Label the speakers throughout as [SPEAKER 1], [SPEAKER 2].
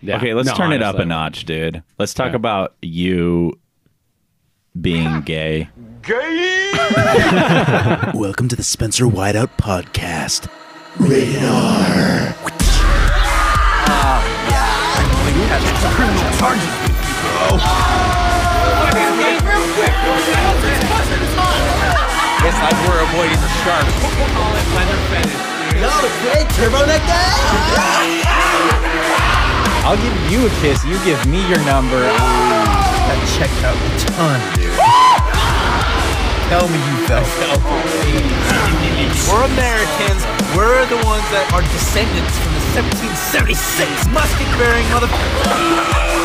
[SPEAKER 1] Yeah.
[SPEAKER 2] Okay, let's
[SPEAKER 1] No,
[SPEAKER 2] turn it up a
[SPEAKER 1] honestly.
[SPEAKER 2] notch, dude. Let's talk about you being gay.
[SPEAKER 3] Welcome to the Spencer Whiteout Podcast.
[SPEAKER 4] It's like we're avoiding the shark.
[SPEAKER 2] I'll give you a kiss. You give me your number.
[SPEAKER 3] Checked out a ton, dude. Tell me you felt.
[SPEAKER 4] We're Americans. We're the ones that are descendants from the 1776 musket-bearing mother.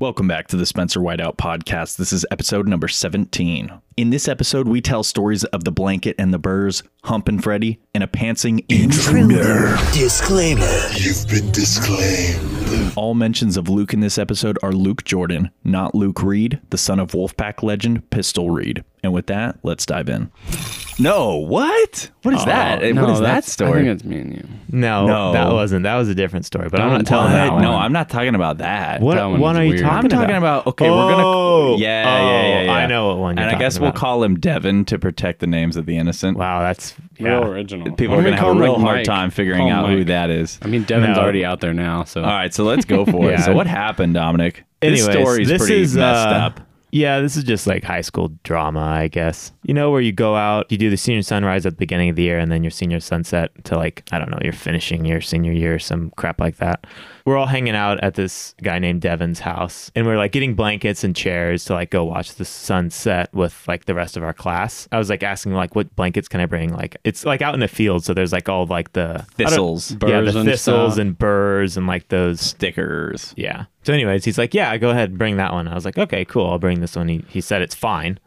[SPEAKER 2] Welcome back to the Spencer Whiteout podcast. This is episode number 17. In this episode, we tell stories of the blanket and the burrs, Hump and Freddy, and a pantsing intruder.
[SPEAKER 3] Disclaimer.
[SPEAKER 5] You've been disclaimed.
[SPEAKER 2] All mentions of Luke in this episode are Luke Jordan, not Luke Reed, the son of Wolfpack legend Pistol Reed. And with that, let's dive in. Oh, No, what? What is that? Uh, what is that
[SPEAKER 1] Oh, I
[SPEAKER 2] story?
[SPEAKER 1] think it's me and you.
[SPEAKER 6] No,
[SPEAKER 2] No.
[SPEAKER 6] that wasn't. That was a different story. But I'm not telling
[SPEAKER 2] What?
[SPEAKER 6] that one.
[SPEAKER 2] No, I'm not talking about that.
[SPEAKER 6] What,
[SPEAKER 1] That one
[SPEAKER 6] one
[SPEAKER 1] was
[SPEAKER 6] are you
[SPEAKER 1] weird.
[SPEAKER 6] talking
[SPEAKER 2] I'm talking about, okay, we're
[SPEAKER 6] Oh.
[SPEAKER 2] gonna yeah, yeah, yeah,
[SPEAKER 6] Oh,
[SPEAKER 2] yeah.
[SPEAKER 6] I know what one.
[SPEAKER 2] and
[SPEAKER 6] You're
[SPEAKER 2] I
[SPEAKER 6] talking
[SPEAKER 2] guess
[SPEAKER 6] about.
[SPEAKER 2] we'll call him Devin to protect the names of the innocent.
[SPEAKER 6] Wow, that's yeah.
[SPEAKER 1] Real original.
[SPEAKER 2] People
[SPEAKER 1] Why
[SPEAKER 2] are
[SPEAKER 1] don't we
[SPEAKER 2] gonna have
[SPEAKER 1] call
[SPEAKER 2] a
[SPEAKER 1] him,
[SPEAKER 2] real
[SPEAKER 1] like,
[SPEAKER 2] hard
[SPEAKER 1] Mike?
[SPEAKER 2] time figuring
[SPEAKER 1] Call him
[SPEAKER 2] out who
[SPEAKER 1] Mike.
[SPEAKER 2] that is.
[SPEAKER 1] I mean, Devin's
[SPEAKER 6] No.
[SPEAKER 1] already out there now, so
[SPEAKER 2] All right, so let's go for it.
[SPEAKER 6] Yeah.
[SPEAKER 2] So what happened, Dominic?
[SPEAKER 6] Anyways,
[SPEAKER 2] this story's
[SPEAKER 6] this
[SPEAKER 2] pretty
[SPEAKER 6] is,
[SPEAKER 2] messed
[SPEAKER 6] uh,
[SPEAKER 2] up.
[SPEAKER 6] Yeah, this is just like high school drama, I guess. You know, where you go out, you do the senior sunrise at the beginning of the year, and then your senior sunset to like, I don't know, your finishing your senior year, or some crap like that. We're all hanging out at this guy named Devin's house, and we're like getting blankets and chairs to like go watch the sunset with like the rest of our class. I was like asking, like, what blankets can I bring? Like, it's like out in the field, so there's like all of, like the I don't-
[SPEAKER 2] Thistles.
[SPEAKER 6] yeah, the
[SPEAKER 1] Burrs and
[SPEAKER 6] thistles
[SPEAKER 1] stuff.
[SPEAKER 6] and burrs and like those
[SPEAKER 2] Stickers.
[SPEAKER 6] yeah. So, anyways, he's like, "Yeah, go ahead, and bring that one." I was like, "Okay, cool, I'll bring this one." He, he said it's fine.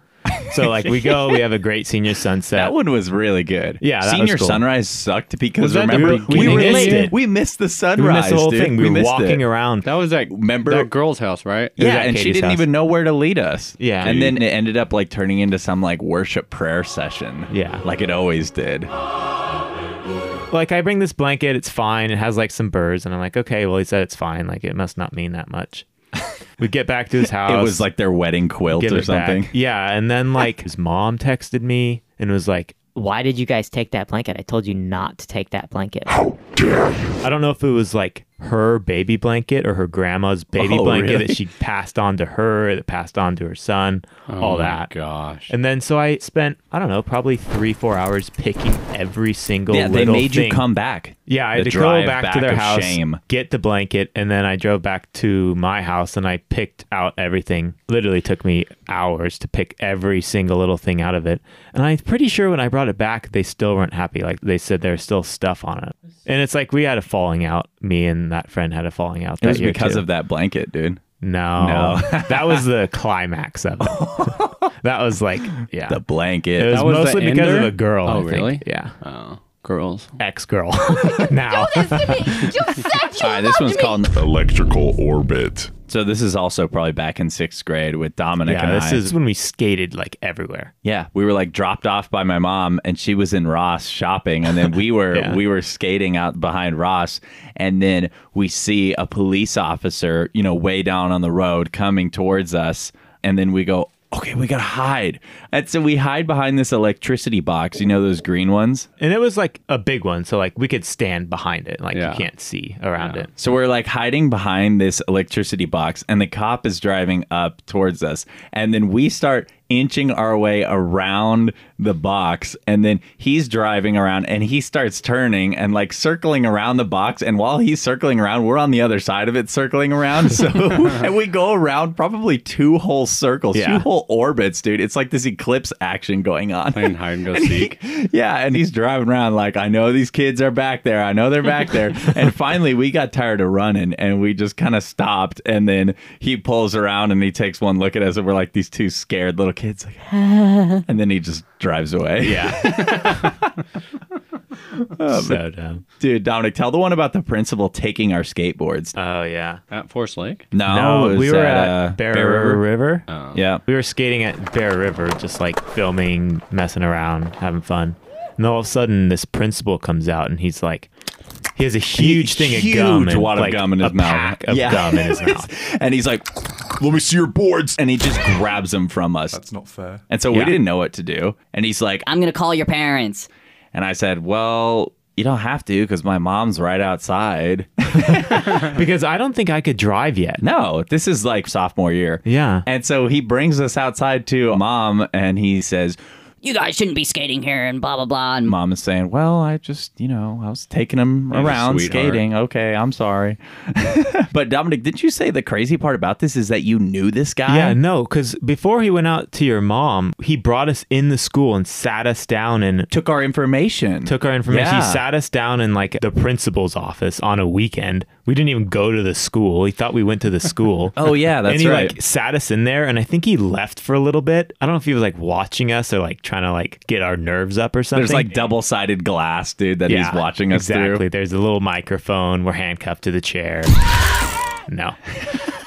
[SPEAKER 6] So like we go, we have a great senior sunset.
[SPEAKER 2] That one was really good.
[SPEAKER 6] Yeah, that was
[SPEAKER 2] Senior
[SPEAKER 6] cool.
[SPEAKER 2] Sunrise sucked because
[SPEAKER 1] Was that the
[SPEAKER 2] remember we
[SPEAKER 1] beginning?
[SPEAKER 2] were
[SPEAKER 1] We
[SPEAKER 6] missed
[SPEAKER 2] late.
[SPEAKER 6] it.
[SPEAKER 2] We missed the
[SPEAKER 6] we
[SPEAKER 2] sunrise.
[SPEAKER 6] missed the whole
[SPEAKER 2] dude.
[SPEAKER 6] thing. We, were
[SPEAKER 2] missed
[SPEAKER 6] walking
[SPEAKER 2] it.
[SPEAKER 6] around.
[SPEAKER 1] That was that
[SPEAKER 2] Remember-
[SPEAKER 1] that girl's house, right?
[SPEAKER 2] Yeah,
[SPEAKER 6] at
[SPEAKER 2] and she
[SPEAKER 6] Katie's
[SPEAKER 2] didn't
[SPEAKER 6] house.
[SPEAKER 2] even know where to lead us.
[SPEAKER 6] Yeah.
[SPEAKER 2] and then it ended up like turning into some like worship prayer session.
[SPEAKER 6] Yeah.
[SPEAKER 2] like it always did.
[SPEAKER 6] like I bring this blanket, it's fine. It has like some burrs, and I'm like, "Okay, well, he said it's fine. Like it must not mean that much." we get back to his house.
[SPEAKER 2] It was like their wedding quilt
[SPEAKER 6] give
[SPEAKER 2] or
[SPEAKER 6] it back.
[SPEAKER 2] something.
[SPEAKER 6] Yeah, and then like his mom texted me and was like,
[SPEAKER 7] why did you guys take that blanket? I told you not to take that blanket.
[SPEAKER 6] I don't know if it was like her baby blanket or her grandma's baby
[SPEAKER 2] Oh,
[SPEAKER 6] blanket
[SPEAKER 2] really?
[SPEAKER 6] that she passed on to her, that passed on to her son,
[SPEAKER 2] Oh
[SPEAKER 6] all
[SPEAKER 1] my
[SPEAKER 6] that.
[SPEAKER 1] Ah, Gosh.
[SPEAKER 6] And then so I spent I don't know probably three four hours picking every single
[SPEAKER 2] Yeah, they
[SPEAKER 6] little
[SPEAKER 2] made you
[SPEAKER 6] thing.
[SPEAKER 2] come back.
[SPEAKER 6] Yeah, I
[SPEAKER 2] The
[SPEAKER 6] had to go
[SPEAKER 2] drive
[SPEAKER 6] back, to their
[SPEAKER 2] of
[SPEAKER 6] house,
[SPEAKER 2] Shame.
[SPEAKER 6] get the blanket, and then I drove back to my house and I picked out everything. Literally took me hours to pick every single little thing out of it. And I'm pretty sure when I brought it back, they still weren't happy. Like they said, there's still stuff on it. And it's like we had a falling out. Me and that friend had a falling out.
[SPEAKER 2] It was
[SPEAKER 6] that year
[SPEAKER 2] because
[SPEAKER 6] too.
[SPEAKER 2] of that blanket, dude.
[SPEAKER 6] no,
[SPEAKER 2] No.
[SPEAKER 6] that was the climax of it. that was like yeah.
[SPEAKER 2] The blanket.
[SPEAKER 6] it was,
[SPEAKER 1] That was the
[SPEAKER 6] mostly because
[SPEAKER 1] ender?
[SPEAKER 6] of a girl.
[SPEAKER 1] Oh,
[SPEAKER 6] I think.
[SPEAKER 1] really?
[SPEAKER 6] Yeah,
[SPEAKER 1] Oh, girls.
[SPEAKER 6] ex girl. now,
[SPEAKER 2] All right, this one's called.
[SPEAKER 5] Electrical orbit.
[SPEAKER 2] So this is also probably back in sixth grade with Dominic
[SPEAKER 6] yeah,
[SPEAKER 2] and
[SPEAKER 6] this
[SPEAKER 2] I.
[SPEAKER 6] is when we skated like everywhere.
[SPEAKER 2] Yeah, we were like dropped off by my mom, and she was in Ross shopping, and then we were
[SPEAKER 6] Yeah.
[SPEAKER 2] we were skating out behind Ross, and then we see a police officer, you know, way down on the road coming towards us, and then we go, okay, we gotta hide, and so we hide behind this electricity box, you know, those green ones.
[SPEAKER 6] And it was like a big one, so like we could stand behind it, like
[SPEAKER 1] Yeah.
[SPEAKER 6] you can't see around it.
[SPEAKER 2] So we're like hiding behind this electricity box, and the cop is driving up towards us. And then we start inching our way around the box, and then he's driving around and he starts turning and like circling around the box. And while he's circling around, we're on the other side of it, circling around. So, and we go around probably two whole circles, two
[SPEAKER 6] Yeah.
[SPEAKER 2] whole orbits, dude. It's like this eclipse action going on.
[SPEAKER 1] Playing hide and go seek.
[SPEAKER 2] Yeah, and he's driving around like, I know these kids are back there. I know they're back there. and finally, we got tired of running and we just kind of stopped. And then he pulls around and he takes one look at us, and we're like these two scared little kids. Like, and then he just drives away.
[SPEAKER 6] Yeah.
[SPEAKER 2] Oh, but-
[SPEAKER 6] so dumb.
[SPEAKER 2] dude, Dominic, tell the one about the principal taking our skateboards.
[SPEAKER 6] Oh yeah.
[SPEAKER 1] At Force Lake.
[SPEAKER 2] no, it was
[SPEAKER 6] we were
[SPEAKER 2] at,
[SPEAKER 6] at,
[SPEAKER 2] uh,
[SPEAKER 6] Bear,
[SPEAKER 2] Bear
[SPEAKER 6] River.
[SPEAKER 2] River.
[SPEAKER 1] Oh.
[SPEAKER 2] Yeah.
[SPEAKER 6] We were skating at Bear River, just like filming, messing around, having fun. And all of a sudden, this principal comes out and he's like, he has a huge thing of gum,
[SPEAKER 2] Huge
[SPEAKER 6] and,
[SPEAKER 2] wad of
[SPEAKER 6] like,
[SPEAKER 2] gum in his
[SPEAKER 6] a
[SPEAKER 2] mouth.
[SPEAKER 6] pack of
[SPEAKER 2] Yeah.
[SPEAKER 6] gum in his mouth.
[SPEAKER 2] and he's like, "Let me see your boards," and he just grabs them from us.
[SPEAKER 8] That's not fair.
[SPEAKER 2] and so we
[SPEAKER 6] Yeah.
[SPEAKER 2] didn't know what to do. And he's like,
[SPEAKER 9] I'm going to call your parents.
[SPEAKER 2] and I said, "Well, you don't have to because my mom's right outside."
[SPEAKER 6] Because I don't think I could drive yet.
[SPEAKER 2] No, this is like sophomore year.
[SPEAKER 6] Yeah.
[SPEAKER 2] And so he brings us outside to mom and he says,
[SPEAKER 9] You guys shouldn't be skating here and blah, blah, blah. And
[SPEAKER 2] Mom is saying, Well, I just, you know, I was taking him
[SPEAKER 1] a
[SPEAKER 2] around
[SPEAKER 1] sweetheart.
[SPEAKER 2] skating. Okay, I'm sorry. but Dominic, didn't you say the crazy part about this is that you knew this guy?
[SPEAKER 6] Yeah, no, because before he went out to your mom, he brought us in the school and sat us down and
[SPEAKER 2] Took our information.
[SPEAKER 6] took our information.
[SPEAKER 2] Yeah.
[SPEAKER 6] He sat us down in like the principal's office on a weekend. We didn't even go to the school. He thought we went to the school.
[SPEAKER 2] Oh, yeah, that's
[SPEAKER 6] and he
[SPEAKER 2] right.
[SPEAKER 6] like sat us in there, and I think he left for a little bit. I don't know if he was like watching us or like trying to like get our nerves up or something.
[SPEAKER 2] There's like double sided glass, dude, that he's watching us
[SPEAKER 6] exactly.
[SPEAKER 2] through.
[SPEAKER 6] There's a little microphone. We're handcuffed to the chair. no.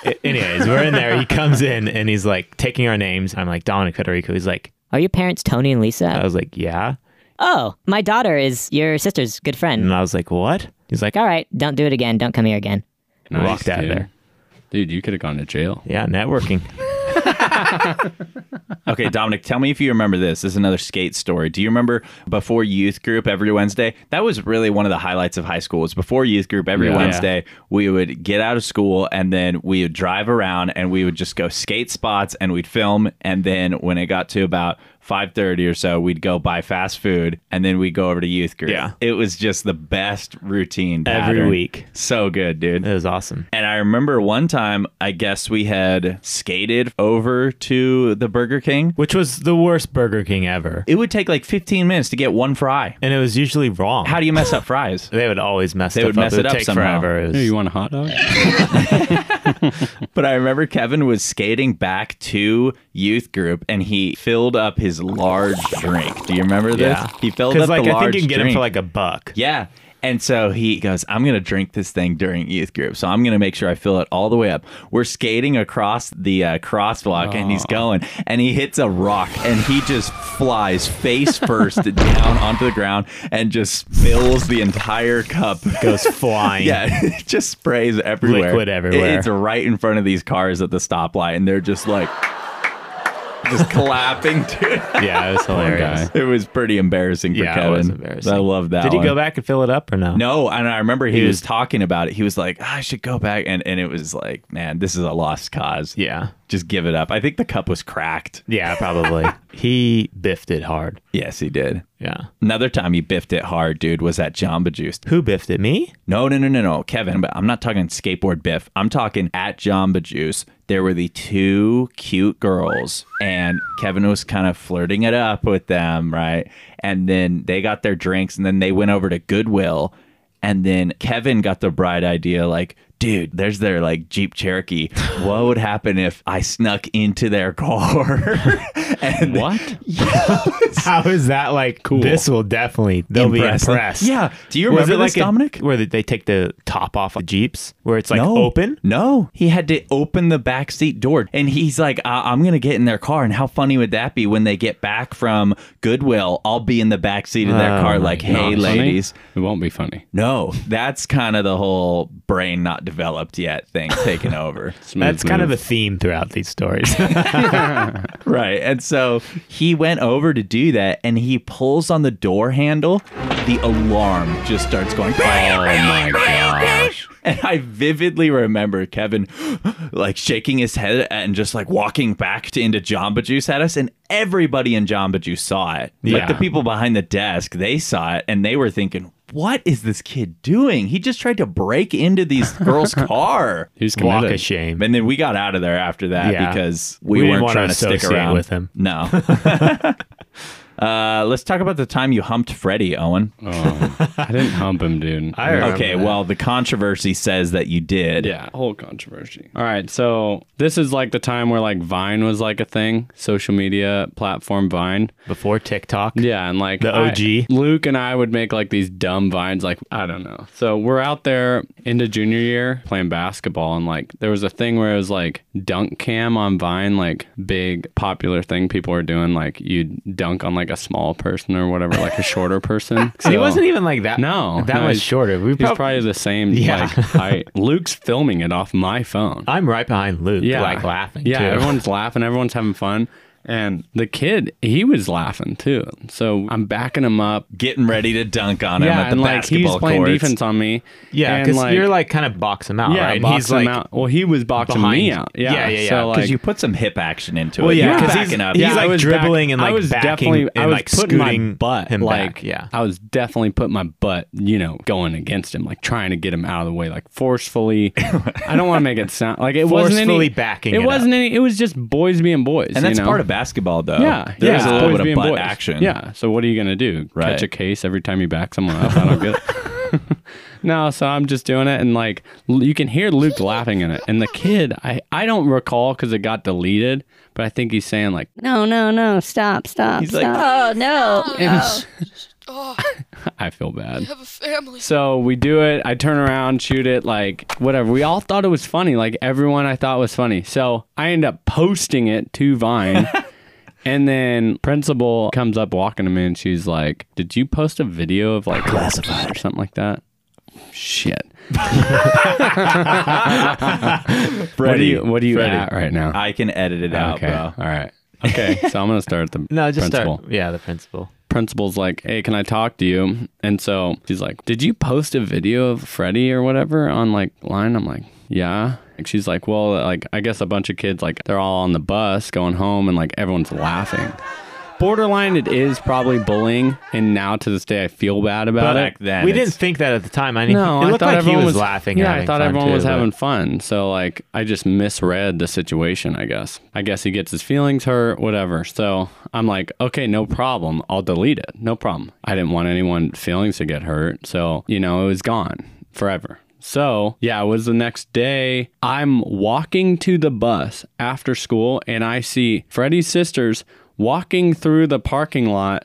[SPEAKER 6] A- Anyways, we're in there. He comes in and he's like taking our names. I'm like Dominic Federico. He's like,
[SPEAKER 7] Are your parents Tony and Lisa?
[SPEAKER 6] I was like, yeah.
[SPEAKER 7] oh, my daughter is your sister's good friend.
[SPEAKER 6] And I was like, what? He's like,
[SPEAKER 7] All right, don't do it again. Don't come here again.
[SPEAKER 6] Walked out of
[SPEAKER 1] dude.
[SPEAKER 6] there.
[SPEAKER 1] Dude, you could have gone to jail.
[SPEAKER 6] yeah, networking.
[SPEAKER 2] Okay, Dominic, tell me if you remember this. This is another skate story. Do you remember before youth group every Wednesday? That was really one of the highlights of high school. Was before youth group every
[SPEAKER 1] Yeah.
[SPEAKER 2] Wednesday, we would get out of school and then we would drive around and we would just go skate spots and we'd film. And then when it got to about 5:30 or so, we'd go buy fast food and then we'd go over to youth group.
[SPEAKER 6] Yeah.
[SPEAKER 2] It was just the best routine
[SPEAKER 6] Every
[SPEAKER 2] pattern.
[SPEAKER 6] week.
[SPEAKER 2] So good, dude.
[SPEAKER 6] It was awesome.
[SPEAKER 2] And I remember one time, I guess we had skated over to the Burger King.
[SPEAKER 6] Which was the worst Burger King ever.
[SPEAKER 2] It would take like 15 minutes to get one fry.
[SPEAKER 6] And it was usually wrong.
[SPEAKER 2] How do you mess up fries?
[SPEAKER 6] they would always mess
[SPEAKER 2] They
[SPEAKER 6] stuff
[SPEAKER 2] would
[SPEAKER 6] up.
[SPEAKER 2] mess
[SPEAKER 6] would
[SPEAKER 2] it up
[SPEAKER 6] take
[SPEAKER 2] somehow.
[SPEAKER 6] forever. It was-
[SPEAKER 1] Hey, you want a hot dog?
[SPEAKER 2] But I remember Kevin was skating back to youth group and he filled up his large drink. Do you remember this?
[SPEAKER 6] Yeah.
[SPEAKER 2] He filled up
[SPEAKER 6] Because like
[SPEAKER 2] the
[SPEAKER 6] I think
[SPEAKER 2] large
[SPEAKER 6] you can get
[SPEAKER 2] drink.
[SPEAKER 6] them for like a buck.
[SPEAKER 2] Yeah. And so he goes, I'm going to drink this thing during youth group. So I'm going to make sure I fill it all the way up. We're skating across the uh, crosswalk and
[SPEAKER 6] Oh.
[SPEAKER 2] he's going and he hits a rock and he just flies face first down onto the ground and just spills the entire cup.
[SPEAKER 6] Goes flying.
[SPEAKER 2] Yeah, it just sprays everywhere.
[SPEAKER 6] Liquid everywhere.
[SPEAKER 2] It- It's right in front of these cars at the stoplight and they're just like, just clapping, dude.
[SPEAKER 6] Yeah, it was hilarious.
[SPEAKER 2] It was pretty embarrassing for
[SPEAKER 6] Yeah, it
[SPEAKER 2] Kevin.
[SPEAKER 6] was embarrassing.
[SPEAKER 2] I love that
[SPEAKER 6] Did he
[SPEAKER 2] one.
[SPEAKER 6] go back and fill it up or no?
[SPEAKER 2] No, and I remember he
[SPEAKER 6] Dude.
[SPEAKER 2] was talking about it. He was like, "Ah, I should go back, and and it was like, man, this is a lost cause.
[SPEAKER 6] Yeah.
[SPEAKER 2] just give it up. I think the cup was cracked.
[SPEAKER 6] Yeah, probably. he biffed it hard.
[SPEAKER 2] Yes, he did.
[SPEAKER 6] Yeah.
[SPEAKER 2] Another time he biffed it hard, dude. Was at Jamba Juice.
[SPEAKER 6] Who biffed it? Me?
[SPEAKER 2] No, no, no, no, no, Kevin. But I'm not talking skateboard biff. I'm talking at Jamba Juice. There were the two cute girls, and Kevin was kind of flirting it up with them, right? And then they got their drinks, and then they went over to Goodwill, and then Kevin got the bright idea, like. Dude, there's their like Jeep Cherokee. What would happen if I snuck into their car? and
[SPEAKER 1] What?
[SPEAKER 6] How is that like cool? This will definitely they'll
[SPEAKER 2] Impress
[SPEAKER 6] be
[SPEAKER 2] them.
[SPEAKER 6] impressed.
[SPEAKER 2] Yeah. Do you
[SPEAKER 6] Was
[SPEAKER 2] remember
[SPEAKER 6] it
[SPEAKER 2] this,
[SPEAKER 6] like a-
[SPEAKER 2] Dominic?
[SPEAKER 6] where they- they take the top off the jeeps, where it's like open?
[SPEAKER 2] No, he had to open the back seat door, and he's like, I- "I'm gonna get in their car." And how funny would that be when they get back from Goodwill? I'll be in the back seat of their
[SPEAKER 6] Oh
[SPEAKER 2] car,
[SPEAKER 6] my
[SPEAKER 2] like, "Hey,
[SPEAKER 1] Not funny?
[SPEAKER 2] ladies."
[SPEAKER 1] It won't be funny.
[SPEAKER 2] No, that's kind of the whole brain not developed yet thing taking over.
[SPEAKER 1] Smooth
[SPEAKER 6] That's kind of
[SPEAKER 1] move.
[SPEAKER 6] a theme throughout these stories.
[SPEAKER 2] Right. And so he went over to do that and he pulls on the door handle. The alarm just starts going. Oh my gosh. And I vividly remember Kevin like shaking his head and just like walking back to into Jamba Juice at us and everybody in Jamba Juice saw it. Like
[SPEAKER 6] Yeah.
[SPEAKER 2] the people behind the desk, they saw it and they were thinking, "What is this kid doing? He just tried to break into these girls' car."
[SPEAKER 1] He's
[SPEAKER 6] Walk
[SPEAKER 1] committed.
[SPEAKER 6] of shame.
[SPEAKER 2] And then we got out of there after that
[SPEAKER 6] Yeah.
[SPEAKER 2] because we,
[SPEAKER 6] We didn't
[SPEAKER 2] weren't
[SPEAKER 6] want to
[SPEAKER 2] trying to stick
[SPEAKER 6] associate
[SPEAKER 2] around
[SPEAKER 6] with him.
[SPEAKER 2] No. uh, let's talk about the time you humped Freddie, Owen.
[SPEAKER 1] Oh, I didn't hump him, dude.
[SPEAKER 6] I remember
[SPEAKER 2] okay,
[SPEAKER 6] that.
[SPEAKER 2] well, the controversy says that you did.
[SPEAKER 1] Yeah, whole controversy. All right, so this is like the time where like Vine was like a thing, social media platform Vine.
[SPEAKER 6] before TikTok.
[SPEAKER 1] Yeah, and like
[SPEAKER 6] The
[SPEAKER 1] I-
[SPEAKER 6] OG.
[SPEAKER 1] Luke and I would make like these dumb vines, like I don't know. So we're out there into junior year playing basketball, and like there was a thing where it was like dunk cam on Vine, like big popular thing people were doing. Like you'd dunk on like like a small person or whatever, like a shorter person.
[SPEAKER 6] He
[SPEAKER 1] So-
[SPEAKER 6] wasn't even like that.
[SPEAKER 1] No,
[SPEAKER 6] that
[SPEAKER 1] no,
[SPEAKER 6] was
[SPEAKER 1] he's-
[SPEAKER 6] shorter. We
[SPEAKER 1] He's
[SPEAKER 6] prob-
[SPEAKER 1] probably the same
[SPEAKER 6] Yeah.
[SPEAKER 1] like height. Luke's filming it off my phone.
[SPEAKER 6] I'm right behind Luke,
[SPEAKER 1] Yeah.
[SPEAKER 6] like laughing.
[SPEAKER 1] Yeah,
[SPEAKER 6] too.
[SPEAKER 1] everyone's laughing, everyone's having fun. And the kid, he was laughing too. So I'm backing him up.
[SPEAKER 2] Getting ready to dunk on him
[SPEAKER 1] yeah,
[SPEAKER 2] at the
[SPEAKER 1] and like
[SPEAKER 2] basketball
[SPEAKER 1] he's playing
[SPEAKER 2] courts.
[SPEAKER 1] defense on me.
[SPEAKER 6] yeah,
[SPEAKER 1] And,
[SPEAKER 6] because you're like kind of box him out,
[SPEAKER 1] yeah,
[SPEAKER 6] right?
[SPEAKER 1] boxing him out. Well, he was boxing me
[SPEAKER 6] behind.
[SPEAKER 1] out. Yeah,
[SPEAKER 6] Yeah, yeah, yeah.
[SPEAKER 1] So
[SPEAKER 6] 'Cause
[SPEAKER 1] like,
[SPEAKER 2] Because you put some hip action into
[SPEAKER 6] Well,
[SPEAKER 2] it.
[SPEAKER 6] yeah,
[SPEAKER 2] You're
[SPEAKER 6] 'cause
[SPEAKER 2] backing
[SPEAKER 6] he's-
[SPEAKER 2] up.
[SPEAKER 6] he's
[SPEAKER 1] yeah,
[SPEAKER 6] like
[SPEAKER 1] I was
[SPEAKER 6] dribbling
[SPEAKER 1] back-
[SPEAKER 6] and,
[SPEAKER 1] I
[SPEAKER 6] like,
[SPEAKER 1] was
[SPEAKER 6] backing
[SPEAKER 1] definitely,
[SPEAKER 6] and,
[SPEAKER 1] I was
[SPEAKER 6] like,
[SPEAKER 1] putting my
[SPEAKER 6] scooting
[SPEAKER 1] butt
[SPEAKER 6] him
[SPEAKER 1] like,
[SPEAKER 6] back, yeah.
[SPEAKER 1] I was definitely putting my butt, you know, going against him, like trying to get him out of the way, like forcefully. I don't want to make it sound like it wasn't any
[SPEAKER 6] Forcefully backing
[SPEAKER 1] It,
[SPEAKER 6] it
[SPEAKER 1] wasn't any. It was just boys being boys,
[SPEAKER 2] And
[SPEAKER 1] you
[SPEAKER 2] that's
[SPEAKER 1] know?
[SPEAKER 2] part of basketball, though.
[SPEAKER 1] Yeah,
[SPEAKER 2] There's
[SPEAKER 1] yeah.
[SPEAKER 2] a
[SPEAKER 1] boys
[SPEAKER 2] little bit of
[SPEAKER 1] being
[SPEAKER 2] butt
[SPEAKER 1] boys.
[SPEAKER 2] action.
[SPEAKER 1] Yeah. So what are you gonna do? Catch
[SPEAKER 2] Right.
[SPEAKER 1] a case every time you back someone up? I don't get. It. no, so I'm just doing it, and like l- you can hear Luke laughing in it, and the kid, I I don't recall because it got deleted, but I think he's saying like,
[SPEAKER 7] Oh,
[SPEAKER 8] No, no, no. Stop, stop,
[SPEAKER 2] He's like,
[SPEAKER 8] stop. oh, no.
[SPEAKER 10] Oh,
[SPEAKER 1] I feel bad.
[SPEAKER 10] have a family.
[SPEAKER 1] So we do it. I turn around, shoot it, like whatever. We all thought it was funny. Like everyone I thought was funny. So I end up posting it to Vine. and then principal comes up walking to me and she's like, Did you post a video of like classified or something like that? Shit. What do
[SPEAKER 2] Freddie,
[SPEAKER 1] you what are you
[SPEAKER 2] Freddie,
[SPEAKER 1] at right now?
[SPEAKER 2] I can edit it out,
[SPEAKER 1] okay.
[SPEAKER 2] bro.
[SPEAKER 1] All right. Okay. So I'm gonna start at the
[SPEAKER 6] No, just
[SPEAKER 1] principal
[SPEAKER 6] start. Yeah, the principal.
[SPEAKER 1] principal's like, "Hey, can I talk to you?" And so she's like, "Did you post a video of Freddie or whatever on like line?" I'm like, "Yeah." And she's like, "Well, like I guess a bunch of kids like they're all on the bus going home and like everyone's laughing." Borderline, it is probably bullying, and now to this day I feel bad about
[SPEAKER 2] But
[SPEAKER 1] it.
[SPEAKER 2] back then,
[SPEAKER 6] we
[SPEAKER 2] it's-
[SPEAKER 6] didn't think that at the time. I mean,
[SPEAKER 1] No,
[SPEAKER 6] it
[SPEAKER 1] I
[SPEAKER 6] looked
[SPEAKER 1] thought
[SPEAKER 6] like
[SPEAKER 1] everyone
[SPEAKER 6] he was, laughing. and
[SPEAKER 1] Yeah, I
[SPEAKER 6] having
[SPEAKER 1] thought
[SPEAKER 6] fun,
[SPEAKER 1] everyone
[SPEAKER 6] too,
[SPEAKER 1] was
[SPEAKER 6] but-
[SPEAKER 1] having fun. So like, I just misread the situation. I guess. I guess he gets his feelings hurt, whatever. So I'm like, okay, no problem. I'll delete it. No problem. I didn't want anyone's feelings to get hurt. So you know, it was gone forever. So, yeah, it was the next day. I'm walking to the bus after school and I see Freddie's sisters walking through the parking lot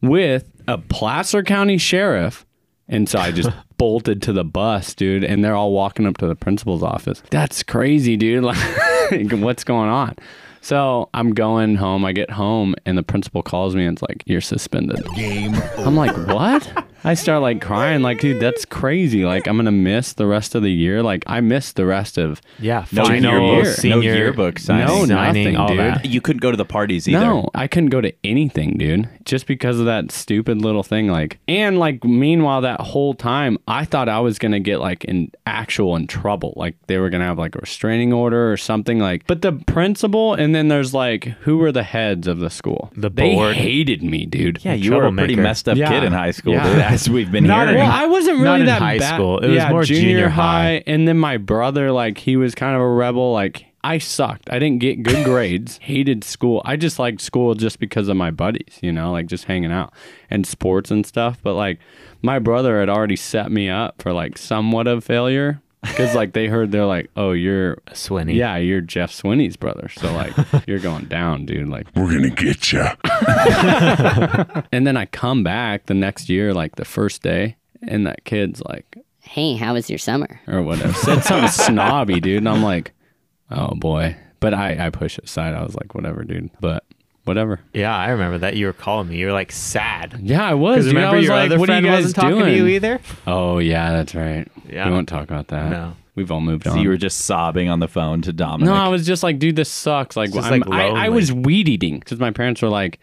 [SPEAKER 1] with a Placer County sheriff and so I just bolted to the bus, dude, and they're all walking up to the principal's office. That's crazy, dude. Like, what's going on? So I'm going home. I get home, and the principal calls me and it's like, You're suspended. I'm like, What? I start like crying, like, dude, that's crazy. Like, I'm going to miss the rest of the year. Like, I missed the rest of.
[SPEAKER 6] Yeah,
[SPEAKER 2] No
[SPEAKER 6] final
[SPEAKER 1] yearbook. No
[SPEAKER 6] senior
[SPEAKER 2] yearbook signing.
[SPEAKER 1] No,
[SPEAKER 6] signing,
[SPEAKER 1] nothing,
[SPEAKER 6] all
[SPEAKER 1] dude.
[SPEAKER 6] that.
[SPEAKER 2] You couldn't go to the parties either.
[SPEAKER 1] No, I couldn't go to anything, dude, just because of that stupid little thing. Like, and like, meanwhile, that whole time, I thought I was gonna get like in actual in trouble. Like, they were gonna have like a restraining order or something. Like, but the principal, and then there's like, who were the heads of the school?
[SPEAKER 6] The
[SPEAKER 1] they
[SPEAKER 6] board.
[SPEAKER 1] hated me, dude.
[SPEAKER 2] Yeah, you were a pretty
[SPEAKER 6] Troublemaker.
[SPEAKER 2] messed up
[SPEAKER 1] Yeah.
[SPEAKER 2] kid in high school,
[SPEAKER 1] Yeah.
[SPEAKER 2] dude, as we've been
[SPEAKER 1] Not
[SPEAKER 2] hearing.
[SPEAKER 1] well, I wasn't really
[SPEAKER 6] Not in
[SPEAKER 1] that
[SPEAKER 6] high
[SPEAKER 1] bad.
[SPEAKER 6] school. It was
[SPEAKER 1] Yeah,
[SPEAKER 6] more junior high.
[SPEAKER 1] And then my brother, like, he was kind of a rebel. Like, I sucked. I didn't get good grades. Hated school. I just liked school just because of my buddies, you know, like just hanging out and sports and stuff. But like, my brother had already set me up for like somewhat of failure. Cause like they heard they're like, oh, you're
[SPEAKER 6] Swinney.
[SPEAKER 1] Yeah, you're Jeff Swinney's brother. So like, you're going down, dude. Like,
[SPEAKER 5] We're gonna get ya.
[SPEAKER 1] and then I come back the next year, like the first day, and that kid's like,
[SPEAKER 9] Hey, how was your summer?
[SPEAKER 1] or whatever. Said something snobby, dude. And I'm like, oh boy. But I, I push it aside. I was like, whatever, dude. But whatever.
[SPEAKER 6] Yeah, I remember that. You were calling me. You were like sad.
[SPEAKER 1] Yeah, I was.
[SPEAKER 6] Because
[SPEAKER 1] Dude.
[SPEAKER 6] remember
[SPEAKER 1] I was
[SPEAKER 6] your
[SPEAKER 1] like,
[SPEAKER 6] other
[SPEAKER 1] what are you
[SPEAKER 6] friend
[SPEAKER 1] guys
[SPEAKER 6] wasn't talking
[SPEAKER 1] doing?
[SPEAKER 6] to you either?
[SPEAKER 1] Oh, yeah, that's right.
[SPEAKER 6] Yeah.
[SPEAKER 1] We won't talk about that.
[SPEAKER 6] No.
[SPEAKER 1] We've all moved
[SPEAKER 2] So
[SPEAKER 1] on.
[SPEAKER 2] you were just sobbing on the phone to Dominic.
[SPEAKER 1] no, I was just like, dude, this sucks. Like,
[SPEAKER 6] just,
[SPEAKER 1] I'm-
[SPEAKER 6] like,
[SPEAKER 1] I, I
[SPEAKER 6] lonely.
[SPEAKER 1] was weed eating because my parents were like,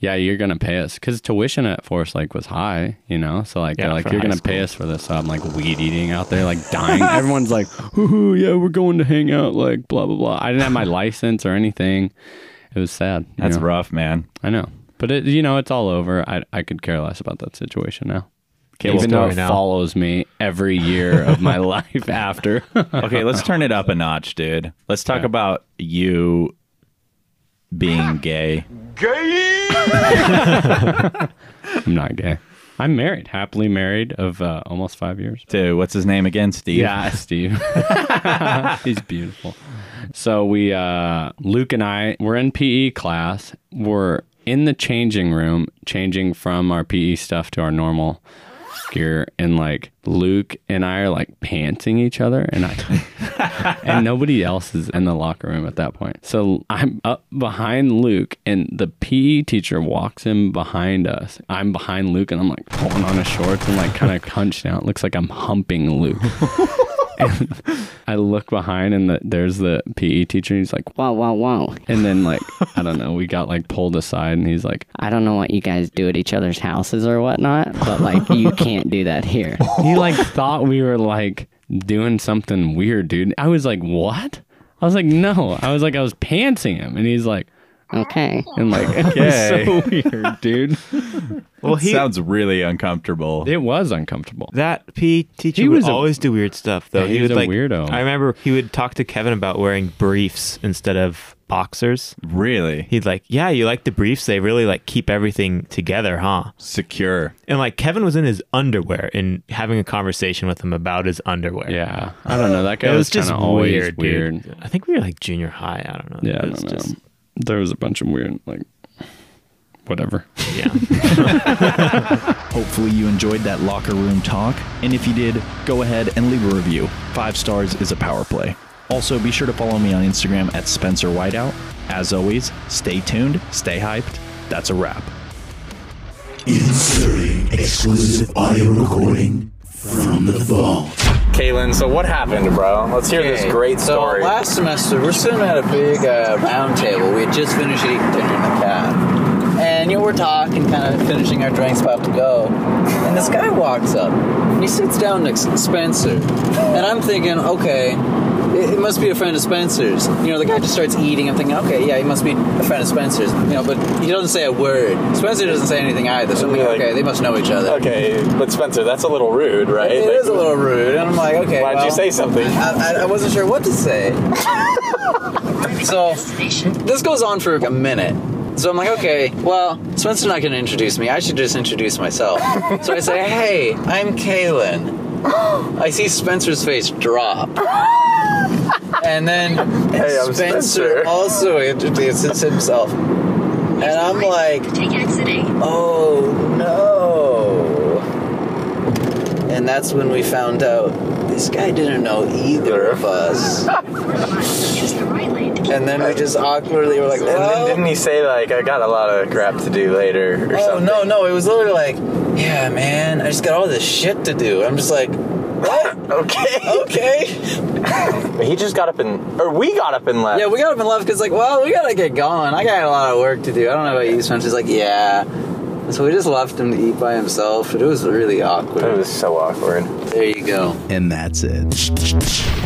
[SPEAKER 1] yeah, you're gonna pay us because tuition at Forest Lake was high, you know. So like,
[SPEAKER 6] Yeah,
[SPEAKER 1] they're like,
[SPEAKER 6] for
[SPEAKER 1] you're
[SPEAKER 6] high
[SPEAKER 1] gonna pay us for this. So I'm like weed eating out there, like dying. Everyone's like, ooh, yeah, we're going to hang out, like blah blah blah. I didn't have my license or anything. It was sad. you
[SPEAKER 2] That's
[SPEAKER 1] know?
[SPEAKER 2] rough, man.
[SPEAKER 1] I know, but it, you know, it's all over. I I could care less about that situation now.
[SPEAKER 6] well-
[SPEAKER 1] Even though it
[SPEAKER 6] Story now.
[SPEAKER 1] follows me every year of my life after.
[SPEAKER 2] Okay, let's turn it up a notch, dude. Let's talk about you being gay.
[SPEAKER 1] I'm not gay. I'm married, happily married of uh, almost five years.
[SPEAKER 2] To what's his name again, Steve?
[SPEAKER 1] Yeah, Steve. He's beautiful. So we, uh, Luke and I, we're in PE class. We're in the changing room, changing from our PE stuff to our normal gear. And like Luke and I are like panting each other. And I, and nobody else is in the locker room at that point. So I'm up behind Luke, and the PE teacher walks in behind us. I'm behind Luke, and I'm like pulling on his shorts and like kind of hunched down. It looks like I'm humping Luke. And I look behind, and the, there's the PE teacher. And he's like, wow, wow, wow. And then, like, I don't know, we got like pulled aside, and he's like,
[SPEAKER 7] I don't know what you guys do at each other's houses or whatnot, but like you can't do that here.
[SPEAKER 1] he like thought we were like doing something weird, dude. I was like, what? I was like, no. I was like, I was pantsing him, and he's like,
[SPEAKER 7] Okay.
[SPEAKER 1] and like,
[SPEAKER 2] Okay.
[SPEAKER 1] it was so weird, dude.
[SPEAKER 6] Well, he
[SPEAKER 2] Sounds really uncomfortable.
[SPEAKER 1] It was uncomfortable.
[SPEAKER 6] that PE teacher
[SPEAKER 1] He
[SPEAKER 6] would
[SPEAKER 1] was a-
[SPEAKER 6] always do weird stuff though.
[SPEAKER 1] Yeah, he was
[SPEAKER 6] would,
[SPEAKER 1] a weirdo.
[SPEAKER 6] I remember he would talk to Kevin about wearing briefs instead of boxers.
[SPEAKER 2] Really
[SPEAKER 6] He'd like, yeah, you like the briefs. They really like keep everything together, huh?
[SPEAKER 2] secure.
[SPEAKER 6] And like Kevin was in his underwear and having a conversation with him about his underwear.
[SPEAKER 1] Yeah, I don't know. That guy
[SPEAKER 6] it was
[SPEAKER 1] was,
[SPEAKER 6] just
[SPEAKER 1] kind of always
[SPEAKER 6] weird,
[SPEAKER 1] weird.
[SPEAKER 6] dude. I think we were like junior high. I don't know.
[SPEAKER 1] Yeah, I
[SPEAKER 6] it was
[SPEAKER 1] don't know.
[SPEAKER 6] just
[SPEAKER 1] There was a bunch of weird, like, whatever.
[SPEAKER 6] yeah.
[SPEAKER 11] Hopefully, you enjoyed that locker room talk. And if you did, go ahead and leave a review. Five stars is a power play. Also, be sure to follow me on Instagram at Spencer Whiteout. As always, stay tuned, stay hyped. That's a wrap.
[SPEAKER 5] Inserting exclusive audio recording from the vault.
[SPEAKER 4] Kaylin, so what happened, bro? Let's hear this great story. So last semester, we're sitting at a big uh, round table. We had just finished eating dinner in the cab. And, you know, we're talking, kind of finishing our drinks, about to go. And this guy walks up. And he sits down next to Spencer. And I'm thinking, okay, it, it must be a friend of Spencer's. You know, the guy just starts eating. I'm thinking, okay, yeah, he must be a friend of Spencer's. You know, but he doesn't say a word. Spencer doesn't say anything either. So I'm thinking, okay, they must know each other.
[SPEAKER 12] Okay, but Spencer, that's a little rude, right?
[SPEAKER 4] It is a little rude, and I'm like, okay.
[SPEAKER 12] Why'd you
[SPEAKER 4] well,
[SPEAKER 12] say something?
[SPEAKER 4] I, I, I wasn't sure what to say. so this goes on for a minute. So I'm like, okay, well, Spencer's not going to introduce me. I should just introduce myself. so I say, hey, I'm Kaylin. I see Spencer's face drop. And then
[SPEAKER 12] Hey, I'm Spencer.
[SPEAKER 4] also introduces himself. And I'm like,
[SPEAKER 8] Take exit A.
[SPEAKER 4] Oh no. And that's when we found out this guy didn't know either of us.
[SPEAKER 8] Use the right lane to
[SPEAKER 4] And then we just awkwardly were like,
[SPEAKER 12] And then
[SPEAKER 4] well,
[SPEAKER 12] didn't he say like I got a lot of crap to do later or
[SPEAKER 4] oh
[SPEAKER 12] something?
[SPEAKER 4] no, no, it was literally like, yeah, man, I just got all this shit to do. I'm just like, what?
[SPEAKER 12] Okay.
[SPEAKER 4] Okay.
[SPEAKER 12] he just got up and or we got up and left.
[SPEAKER 4] Yeah, we got up in love because like, well, we gotta get going. I got a lot of work to do. I don't know about you, Spencer's like, yeah. And so we just left him to eat by himself. It was really
[SPEAKER 12] It
[SPEAKER 4] awkward.
[SPEAKER 12] was so awkward.
[SPEAKER 4] There you go.
[SPEAKER 11] And that's it.